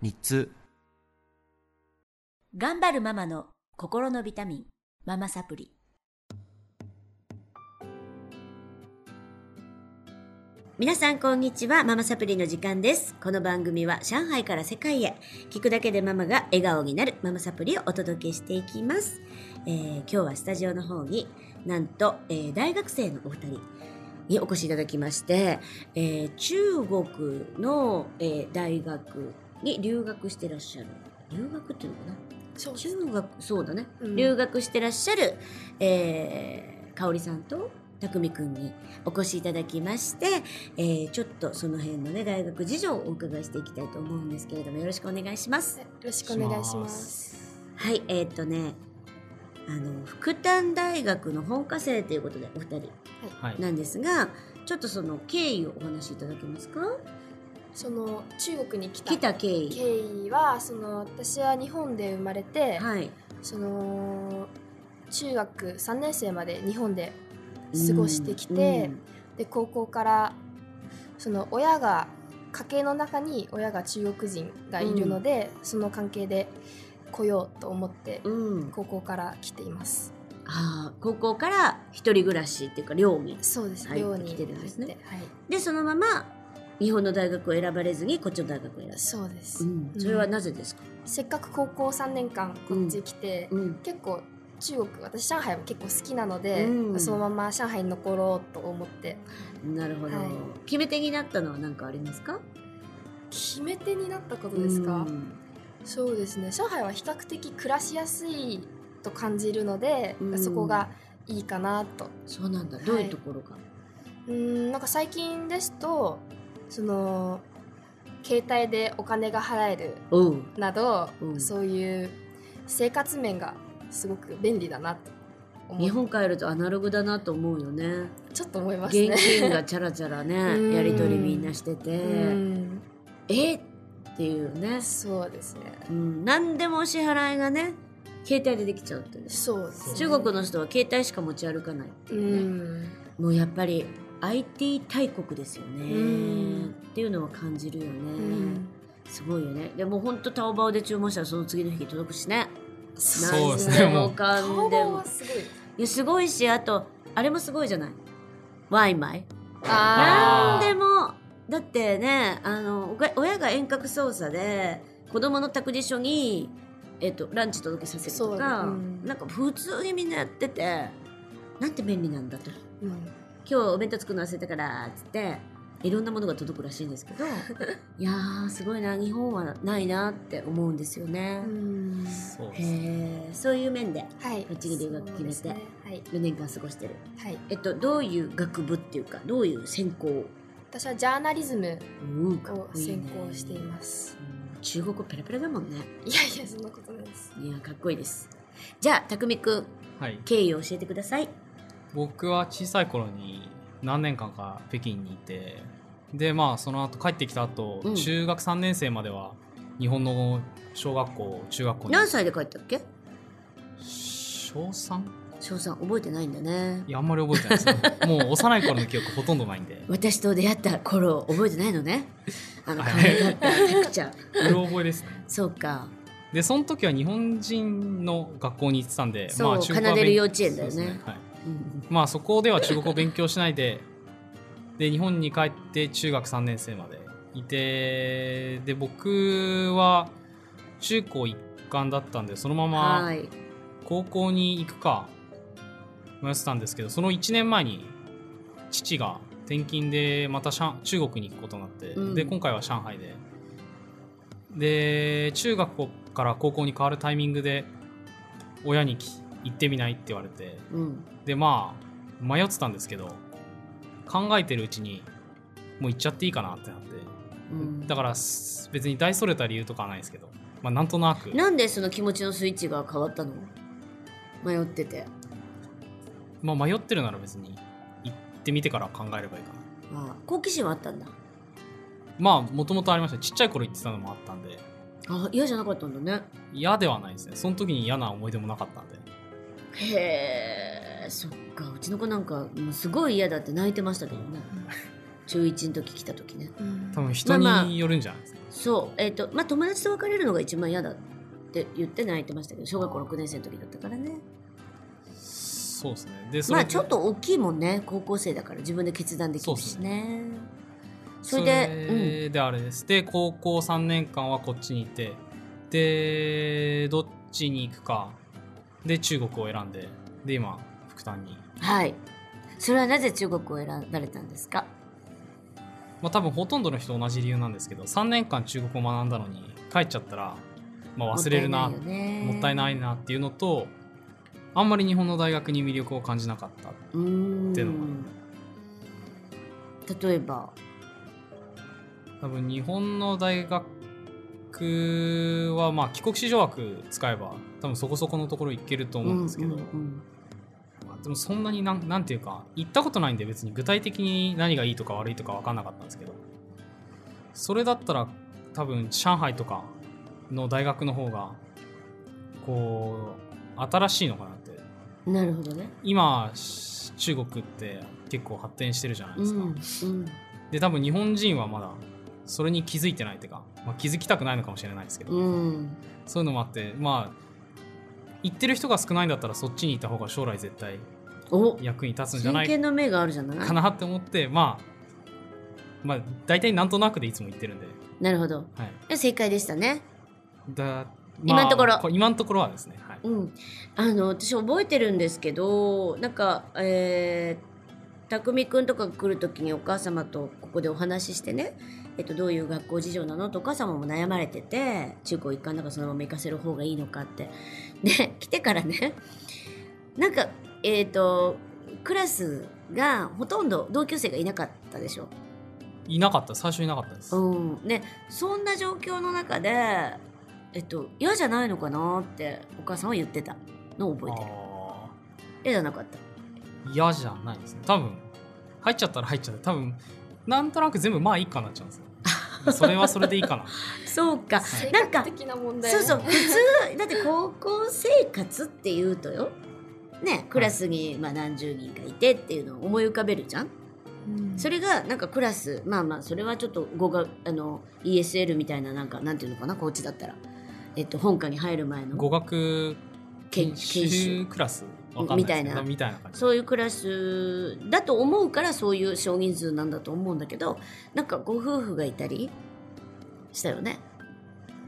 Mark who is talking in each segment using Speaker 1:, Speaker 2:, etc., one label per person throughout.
Speaker 1: 日通
Speaker 2: 頑張るママの心のビタミン、ママサプリ。皆さんこんにちは、ママサプリの時間です。この番組は上海から世界へ、聞くだけでママが笑顔になるママサプリをお届けしていきます。えー今日はスタジオの方になんと、えー大学生のお二人にお越しいただきまして、えー中国の、えー大学に留学してらっしゃる留学っていうのかな
Speaker 3: そうです
Speaker 2: 中学そうだね、
Speaker 3: うん
Speaker 2: 留学してらっしゃる、えー、香織さんと匠くんにお越しいただきまして、えー、ちょっとその辺のね大学事情をお伺いしていきたいと思うんですけれどもよろしくお願いします
Speaker 3: よろしくお願いします。
Speaker 2: はいえーっとねあの福旦大学の本科生ということでお二人
Speaker 4: はい、
Speaker 2: なんですがちょっとその経緯をお話しいただけますか
Speaker 3: その中国に来た
Speaker 2: 来た経緯
Speaker 3: 経緯はその私は日本で生まれて、
Speaker 2: はい
Speaker 3: その中学3年生まで日本で過ごしてきて、で高校からその親が家系の中に親が中国人がいるので、その関係で来ようと思って
Speaker 2: うんうんうん
Speaker 3: 高校から来ています。
Speaker 2: ああ高校から一人暮らしっていうか寮に
Speaker 3: そうです、
Speaker 2: はい
Speaker 3: 寮に
Speaker 2: 来てるんですね
Speaker 3: 入ってはい、
Speaker 2: でそのまま日本の大学を選ばれずにこっちの大学を選ぶ、
Speaker 3: そうです、
Speaker 2: うん、それはなぜですか、
Speaker 3: せっかく高校3年間こっち来て、
Speaker 2: うん
Speaker 3: 結構中国私上海も結構好きなので、
Speaker 2: うん
Speaker 3: そのまま上海に残ろうと思って
Speaker 2: なるほど、
Speaker 3: はい
Speaker 2: 決め手になったのは何かありますか
Speaker 3: 決め手になったことですか、
Speaker 2: ん
Speaker 3: そうですね上海は比較的暮らしやすいと感じるので、
Speaker 2: うん
Speaker 3: そこがいいかなと
Speaker 2: そうなんだ
Speaker 3: はい
Speaker 2: どういうところが、
Speaker 3: うーんなんか最近ですとその携帯でお金が払える
Speaker 2: おう
Speaker 3: など、
Speaker 2: うん
Speaker 3: そういう生活面がすごく便利だなと思
Speaker 2: 日
Speaker 3: う
Speaker 2: 本帰るとアナログだなと思うよね
Speaker 3: ちょっと思いますね
Speaker 2: 現。金がチャラチャラ
Speaker 3: うん
Speaker 2: ねやり取りみんなしてて、
Speaker 3: うん
Speaker 2: えっていうね、
Speaker 3: そうですね
Speaker 2: うん、何でもお支払いがね携帯でできちゃうという
Speaker 3: そうですね
Speaker 2: 中国の人は携帯しか持ち歩かないって
Speaker 3: う
Speaker 2: いうね、
Speaker 3: ん、
Speaker 2: もうやっぱり IT 大国ですよ
Speaker 3: うん
Speaker 2: ねっていうのは感じるよね、
Speaker 3: うん
Speaker 2: すごいよねでもほんとタオバオで注文したらその次の日に届くしね
Speaker 4: そうです
Speaker 2: 何
Speaker 4: ね
Speaker 2: で
Speaker 4: も
Speaker 2: も
Speaker 4: う
Speaker 2: かんで
Speaker 3: 顔
Speaker 2: も
Speaker 3: はすごい
Speaker 2: いやすごいしあとあれもすごいじゃないワイマイ
Speaker 4: あ
Speaker 2: な
Speaker 4: ー
Speaker 2: んでもだってねあのおが親が遠隔操作で子供の託児所に、えっとランチ届けさせる
Speaker 3: そ
Speaker 2: と
Speaker 3: う
Speaker 2: か、
Speaker 3: うん
Speaker 2: なんか普通にみんなやっててなんて便利なんだと
Speaker 3: うん
Speaker 2: 今日お弁当作るの忘れたからっつっていろんなものが届くらしいんです けどいやーすごいな日本はないなって思うんですよね、
Speaker 3: うん
Speaker 4: そうですね。
Speaker 2: へーそういう面で
Speaker 3: はい
Speaker 2: こっちに留学決めて
Speaker 3: そうですねはい
Speaker 2: 4年間過ごしてる
Speaker 3: はい
Speaker 2: えっとどういう学部っていうかどういう専攻
Speaker 3: 私はジャーナリズム
Speaker 2: うんかっ
Speaker 3: を
Speaker 2: こいい
Speaker 3: 専
Speaker 2: ね
Speaker 3: 攻しています
Speaker 2: うん中国語ペラペラだもんね
Speaker 3: いやいやそんなことないです
Speaker 2: いやかっこいいですじゃあ匠くん
Speaker 4: はい。
Speaker 2: 経緯を教えてください
Speaker 4: 僕は小さい頃に何年間か北京にいて、でまあその後帰ってきた後、
Speaker 2: うん
Speaker 4: 中学3年生までは日本の小学校中学校に
Speaker 2: 何歳で帰ったっけ
Speaker 4: 小 3?
Speaker 2: 翔さん覚えてないんだね
Speaker 4: いやあんまり覚えてないですね。 もう幼い頃の記憶ほとんどないんで。
Speaker 2: 私と出会った頃覚えてないの ねあの可
Speaker 4: はい
Speaker 2: 愛かったタクちゃん
Speaker 4: うろ覚えですね。
Speaker 2: そうか
Speaker 4: でその時は日本人の学校に行ってたんで、
Speaker 2: そう
Speaker 4: 中国は
Speaker 2: 奏でる
Speaker 4: 勉
Speaker 2: 幼稚園だよね
Speaker 4: そうですはい。
Speaker 2: うん
Speaker 4: まあそこでは中国語を勉強しないでで日本に帰って中学3年生までいてで僕は中高一貫だったんでそのま
Speaker 2: は
Speaker 4: ま
Speaker 2: い
Speaker 4: 高校に行くか迷ってたんですけどその1年前に父が転勤でまた上中国に行くことになって、
Speaker 2: うん
Speaker 4: で今回は上海でで中学校から高校に変わるタイミングで親にき行ってみないって言われて
Speaker 2: うん
Speaker 4: でまあ迷ってたんですけど考えてるうちにもう行っちゃっていいかなってなって
Speaker 2: うん
Speaker 4: だからす別に大それた理由とかはないですけど、まあ、なんとなく
Speaker 2: なんでその気持ちのスイッチが変わったの迷ってて
Speaker 4: まあ、迷ってるなら別に行ってみてから考えればいいかな
Speaker 2: ああ好奇心はあったんだ
Speaker 4: まあもともとありましたちっちゃい頃行ってたのもあったんで
Speaker 2: あ嫌じゃなかったんだね
Speaker 4: 嫌ではないですねその時に嫌な思い出もなかったんで
Speaker 2: へえそっかうちの子なんかもうすごい嫌だって泣いてましたけどね中1の時来た時ね
Speaker 3: うん
Speaker 4: 多分人
Speaker 2: まあまあ
Speaker 4: によるんじゃないですか、
Speaker 2: そうえっ、とまあ友達と別れるのが一番嫌だって言って泣いてましたけど小学校6年生の時だったからね
Speaker 4: そうですねでそ
Speaker 2: ま
Speaker 4: れ
Speaker 2: あちょっと大きいもんね高校生だから自分で決断できるしねそれで
Speaker 4: それであれですで高校3年間はこっちにいてでどっちに行くかで中国を選んでで今福旦に
Speaker 2: うんはいそれはなぜ中国を選ばれたんですか
Speaker 4: まあ多分ほとんどの人同じ理由なんですけど3年間中国を学んだのに帰っちゃったら、まあ、忘れるな
Speaker 2: もったいないよね
Speaker 4: もったいないなっていうのとあんまり日本の大学に魅力を感じなかった
Speaker 2: うーん
Speaker 4: っていうの
Speaker 2: 例えば
Speaker 4: 多分日本の大学はまあ帰国子女枠使えば多分そこそこのところ行けると思うんですけど、
Speaker 2: うんうん
Speaker 4: まあでもそんなになんなんていうか行ったことないんで別に具体的に何がいいとか悪いとか分かんなかったんですけどそれだったら多分上海とかの大学の方がこう新しいのかなって
Speaker 2: うんなるほどね
Speaker 4: 今し中国って結構発展してるじゃないですか、
Speaker 2: うん
Speaker 4: で多分日本人はまだそれに気づいてないっていうか、まあ、気づきたくないのかもしれないですけど、
Speaker 2: うんうん
Speaker 4: そういうのもあってまあ行ってる人が少ないんだったらそっちに行った方が将来絶対
Speaker 2: お
Speaker 4: 役に立つんじゃな
Speaker 2: 真
Speaker 4: い
Speaker 2: 剣の目があるじゃない
Speaker 4: かなって思ってまあまあ大体なんとなくでいつも行ってるんで、
Speaker 2: なるほど
Speaker 4: はい、
Speaker 2: いや正解でしたね
Speaker 4: だ、
Speaker 2: 今のところ
Speaker 4: まあ今のところはですね、はい
Speaker 2: うん、あの私覚えてるんですけどなんかえー、匠くんとか来る時にお母様とここでお話ししてね、えっと、どういう学校事情なのとお母様も悩まれてて中高一貫だからそのまま行かせる方がいいのかって で来てからねなんかえっ、とクラスがほとんど同級生がいなかったでしょ
Speaker 4: いなかった最初いなかったです、
Speaker 2: うん、ねそんな状況の中で、えっと、嫌じゃないのかなってお母さんは言ってたのを覚えてる
Speaker 4: あ
Speaker 2: 嫌じゃなかった
Speaker 4: ー嫌じゃないですね多分入っちゃったら入っちゃって多分なんとなく全部まあいいかなっちゃう んですよそれはそれでいいかな
Speaker 2: そうか
Speaker 3: 性
Speaker 2: なんか
Speaker 3: 格的な問題
Speaker 2: そうそう普通だって高校生活っていうとよねクラスにまあ何十人かいてっていうのを思い浮かべるじゃん
Speaker 3: うん
Speaker 2: それがなんかクラスまあまあそれはちょっと語学あの ESL みたいななんかなんていうのかなコーチだったら、えっと、本科に入る前の
Speaker 4: 語学
Speaker 2: 研
Speaker 4: 研
Speaker 2: 研修
Speaker 4: 修クラスわかんないですけど
Speaker 2: み
Speaker 4: みたいな感じ
Speaker 2: そういうクラスだと思うからそういう少人数なんだと思うんだけどなんかご夫婦がいたりしたよね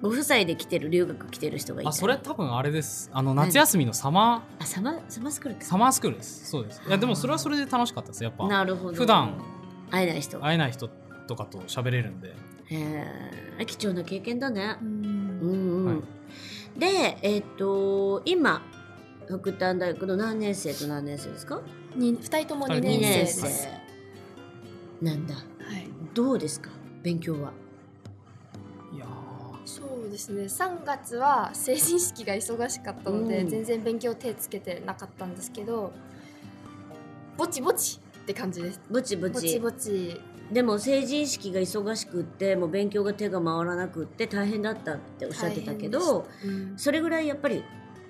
Speaker 2: ご夫妻で来てる留学来てる人がいたり
Speaker 4: あそれ多分あれですあの夏休みのサマ
Speaker 2: あサマサマスクール
Speaker 4: ー
Speaker 2: か
Speaker 4: サマースクールですそうですいやでもそれはそれで楽しかったですやっぱ
Speaker 2: なるほど
Speaker 4: 普段
Speaker 2: 会えない人
Speaker 4: 会えない人とかと喋れるんで
Speaker 2: へえ貴重な経験だね
Speaker 3: う
Speaker 2: うんんうん、
Speaker 4: はい
Speaker 2: でえっ、と今福旦大学の何年生と何年生ですか
Speaker 3: に二人とも
Speaker 4: 二
Speaker 3: 二
Speaker 4: 人
Speaker 3: 年
Speaker 2: 2年
Speaker 3: 生で
Speaker 2: 生
Speaker 3: す。
Speaker 2: なんだ
Speaker 3: はい。
Speaker 2: どうですか勉強はい
Speaker 4: やー
Speaker 3: そうですね。三月は成人式が忙しかったので、
Speaker 2: うん
Speaker 3: 全然勉強手つけてなかったんですけど、ぼちぼちって感じです。
Speaker 2: ぼちぼち
Speaker 3: ぼちぼち。
Speaker 2: でも成人式が忙しくってもう勉強が手が回らなくって大変だったっておっしゃってたけ
Speaker 3: 大
Speaker 2: ど
Speaker 3: 変でし
Speaker 2: それぐらいやっぱり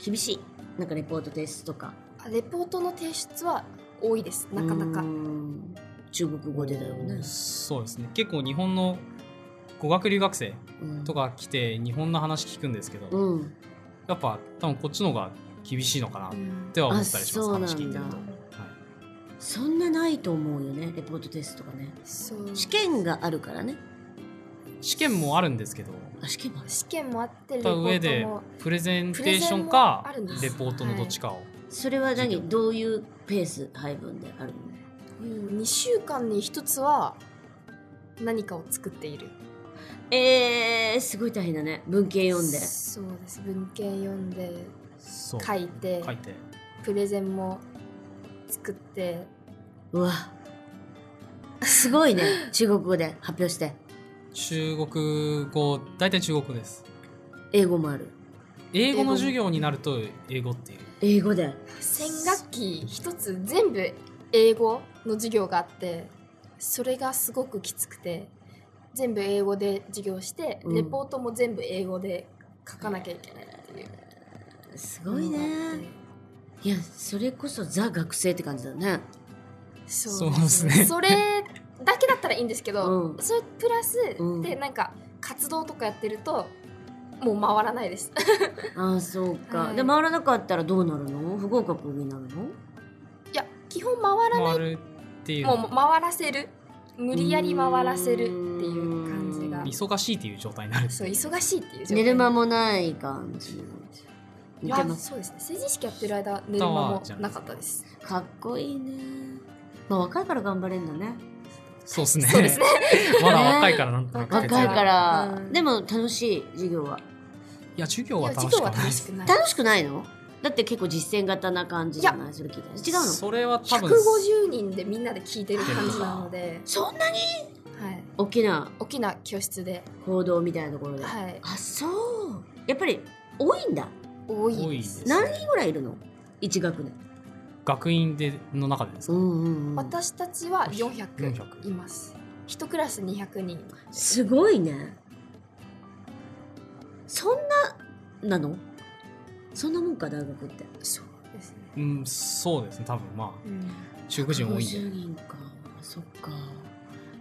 Speaker 2: 厳しいなんかレポート提出とか
Speaker 3: たうんレポートの提出は多いです。なかなか
Speaker 2: うー。ん中国語でだよね、
Speaker 4: そうですね結構日本の語学留学生
Speaker 2: うん、
Speaker 4: とか来て日本の話聞くんですけど、
Speaker 2: うん
Speaker 4: やっぱ多分こっちの方が厳しいのかなっ
Speaker 3: うん
Speaker 4: ては思ったりし
Speaker 2: あそ
Speaker 4: ます
Speaker 2: うなんだ
Speaker 4: 話聞いてると、はい、
Speaker 2: そんなないと思うよねレポート提出とかね
Speaker 3: そう。
Speaker 2: 試験があるからね
Speaker 4: 試験もあるんですけど
Speaker 2: あ試験もある
Speaker 3: 試験もあってレポ
Speaker 4: た上
Speaker 3: ート
Speaker 4: で
Speaker 3: も。
Speaker 4: プレゼンテーションか
Speaker 3: プレゼンもあるんです
Speaker 4: レポートのどっちかを、
Speaker 2: それは
Speaker 4: 授
Speaker 2: 何
Speaker 4: 業
Speaker 2: どういうペース配分であるの
Speaker 3: うん二週間に一つは何かを作っている。
Speaker 2: えー、すごい大変だね文系読んで
Speaker 3: そうです。文献読んで
Speaker 4: そう
Speaker 3: 書いて
Speaker 4: 書いて
Speaker 3: プレゼンも作って
Speaker 2: うわすごいね中国語で発表して
Speaker 4: 中国語大体中国語です
Speaker 2: 英語もある
Speaker 4: 英語の授業になると英語っていう
Speaker 2: 英語で
Speaker 3: 先学期一つ全部英語の授業があってそれがすごくきつくて全部英語で授業して、
Speaker 2: うん
Speaker 3: レポートも全部英語で書かなきゃいけないっていう
Speaker 2: すごい
Speaker 3: ものがあって。
Speaker 2: ねいやそれこそザ学生って感じだ ね
Speaker 3: そう
Speaker 4: そうですね
Speaker 3: それだけだったらいいんですけ
Speaker 2: う
Speaker 3: ど、
Speaker 2: ん
Speaker 3: それプラス
Speaker 2: うん
Speaker 3: でなんか活動とかやってるともう回らないです。
Speaker 2: ああそうか、
Speaker 3: はい
Speaker 2: で回らなかったらどうなるの不合格になるの
Speaker 3: いや基本回らない
Speaker 4: 回るっていう
Speaker 3: もう回らせる無理やり回らせるっていう感じが
Speaker 2: う
Speaker 4: 忙しいっていう状態になる
Speaker 3: そう忙しいっていう状態
Speaker 2: 寝る間もない感じ似て
Speaker 3: あ
Speaker 2: ます
Speaker 3: そうですね成人式やってる間寝る間もなかったです
Speaker 2: かっこいいねまあ若いから頑張れるんだね
Speaker 4: そうですね
Speaker 3: そうですね
Speaker 4: まだ若いからなんとなく
Speaker 2: 若
Speaker 4: い
Speaker 2: い
Speaker 3: ね
Speaker 2: から、
Speaker 3: うん
Speaker 2: でも楽しい授業は
Speaker 4: や授業
Speaker 3: い
Speaker 4: は
Speaker 3: や
Speaker 4: 楽
Speaker 3: 授
Speaker 4: し
Speaker 3: 業
Speaker 4: くは
Speaker 3: は
Speaker 4: ない
Speaker 3: 楽
Speaker 4: で
Speaker 3: し
Speaker 4: す
Speaker 3: くない
Speaker 2: 楽しくないのだって結構実践型な感じじゃないそれ聞いた違うの
Speaker 4: それは多分
Speaker 3: 150人でみんなで聞いてる感じなので、
Speaker 2: そんなに
Speaker 3: はい、
Speaker 2: 大きな
Speaker 3: 大きな教室で、
Speaker 2: 行動みたいなところで、
Speaker 3: はい、
Speaker 2: あそうやっぱり多いんだ
Speaker 3: 多い
Speaker 4: 多
Speaker 3: で
Speaker 4: いですす、
Speaker 2: 何人ぐらいいるの一学年
Speaker 4: 学院での中でですか、
Speaker 2: んうん、うん、
Speaker 3: 私たちは400
Speaker 4: 400
Speaker 3: います一クラス200人
Speaker 2: すごいねそんななのそんなもんか大学って
Speaker 3: そうですね、
Speaker 4: うん、そうですね多分ま
Speaker 3: うん、
Speaker 4: あ中国人多いんで
Speaker 2: 50人かそっか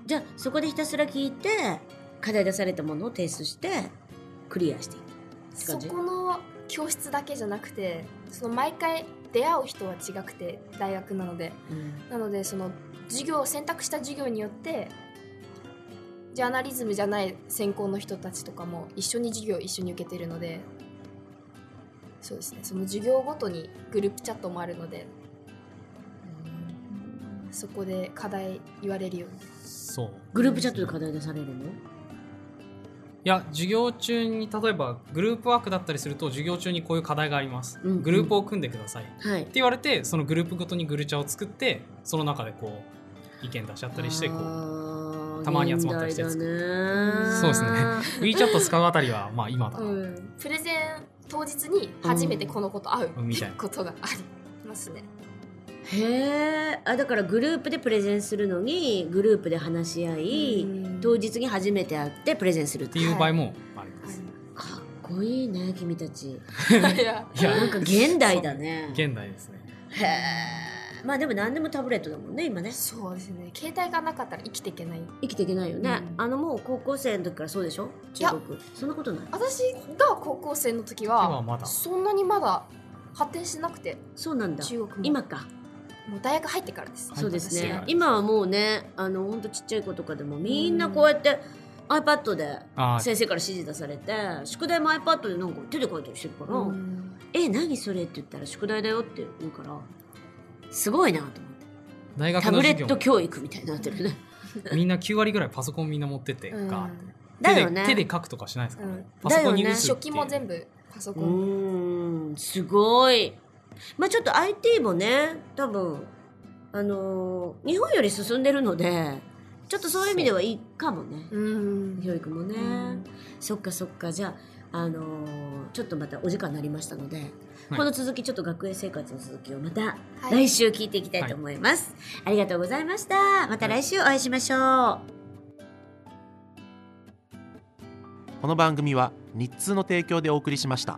Speaker 2: じゃあそこでひたすら聞いて課題出されたものを提出してクリアしていくって
Speaker 3: そ
Speaker 2: 感じ
Speaker 3: この教室だけじゃなくてその毎回出会う人は違くて大学なのでなのでその授業を選択した授業によってジャーナリズムじゃない専攻の人たちとかも一緒に授業を一緒に受けてるのでそうですねその授業ごとにグループチャットもあるのでそこで課題言われるように
Speaker 4: そう
Speaker 2: グループチャットで課題出されるの
Speaker 4: いや授業中に例えばグループワークだったりすると授業中にこういう課題があります、
Speaker 2: うんうん
Speaker 4: グループを組んでくださいって
Speaker 2: はい
Speaker 4: 言われてそのグループごとにグルチャを作ってその中でこう意見出し合ったりしてこう
Speaker 2: う
Speaker 4: たまに集まったりして
Speaker 2: だね
Speaker 4: そうですね WeChat 使うあたりはまあ今だな、
Speaker 3: うんプレゼン当日に初めてこの子と会う
Speaker 4: うんみたいな
Speaker 3: ことがありますね
Speaker 2: へえあだからグループでプレゼンするのにグループで話し合い、
Speaker 3: うん
Speaker 2: 当日に初めて会ってプレゼンするっ
Speaker 4: ってていう場合もあります、
Speaker 2: かっこいいね君たち
Speaker 3: はいい や
Speaker 4: いや
Speaker 2: なんか現代だね
Speaker 4: 現代ですね
Speaker 2: へえまあでも何でもタブレットだもんね今ね
Speaker 3: そうですね携帯がなかったら生きていけない
Speaker 2: 生きていけないよね、
Speaker 3: うん
Speaker 2: あのもう高校生の時からそうでしょ
Speaker 3: いや
Speaker 2: 中国そんなことない
Speaker 3: 私が高校生の時
Speaker 4: 今は
Speaker 3: は
Speaker 4: まだ
Speaker 3: そんなにまだ発展してなくて
Speaker 2: そうなんだ
Speaker 3: 中国も
Speaker 2: 今か
Speaker 3: もう大学入ってからです
Speaker 4: はい
Speaker 2: そうです
Speaker 4: 私
Speaker 2: ね
Speaker 4: が
Speaker 2: 今はもうねあのほんとちっちゃい子とかでもみんなこうやって iPad で
Speaker 4: あー
Speaker 2: 先生から指示出されて宿題も iPad でなんか手で書いたりしてるから「え何それ?」って言ったら「宿題だよ」って言うからすごいなと思って
Speaker 4: 大学
Speaker 2: タ
Speaker 4: の
Speaker 2: ブレ
Speaker 4: 授
Speaker 2: ット
Speaker 4: 業も
Speaker 2: 教育みたいになってるね
Speaker 4: みんな9割ぐらいパソコンみんな持ってて、ガーって手
Speaker 2: だ
Speaker 4: で
Speaker 2: よね
Speaker 4: 手で書くとかしないですからね、
Speaker 2: うん
Speaker 4: パソコンに
Speaker 2: だ
Speaker 4: 打
Speaker 2: よね
Speaker 4: つ
Speaker 3: 初
Speaker 4: って
Speaker 3: 期
Speaker 4: いう
Speaker 3: も全部パソ
Speaker 2: う
Speaker 3: コン
Speaker 2: ーんすごいまあちょっと IT もね多分あのー日本より進んでるのでちょっとそういう意味ではいいかもね
Speaker 3: うん
Speaker 2: 教育もね、
Speaker 3: うん
Speaker 2: そっかそっかじゃあ、あのーちょっとまたお時間になりましたので、
Speaker 4: はい
Speaker 2: この続きちょっと学園生活の続きをまた
Speaker 3: はい
Speaker 2: 来週聞いていきたいと思います、ありがとうございましたまた来週お会いしましょう、
Speaker 1: この番組は日通の提供でお送りしました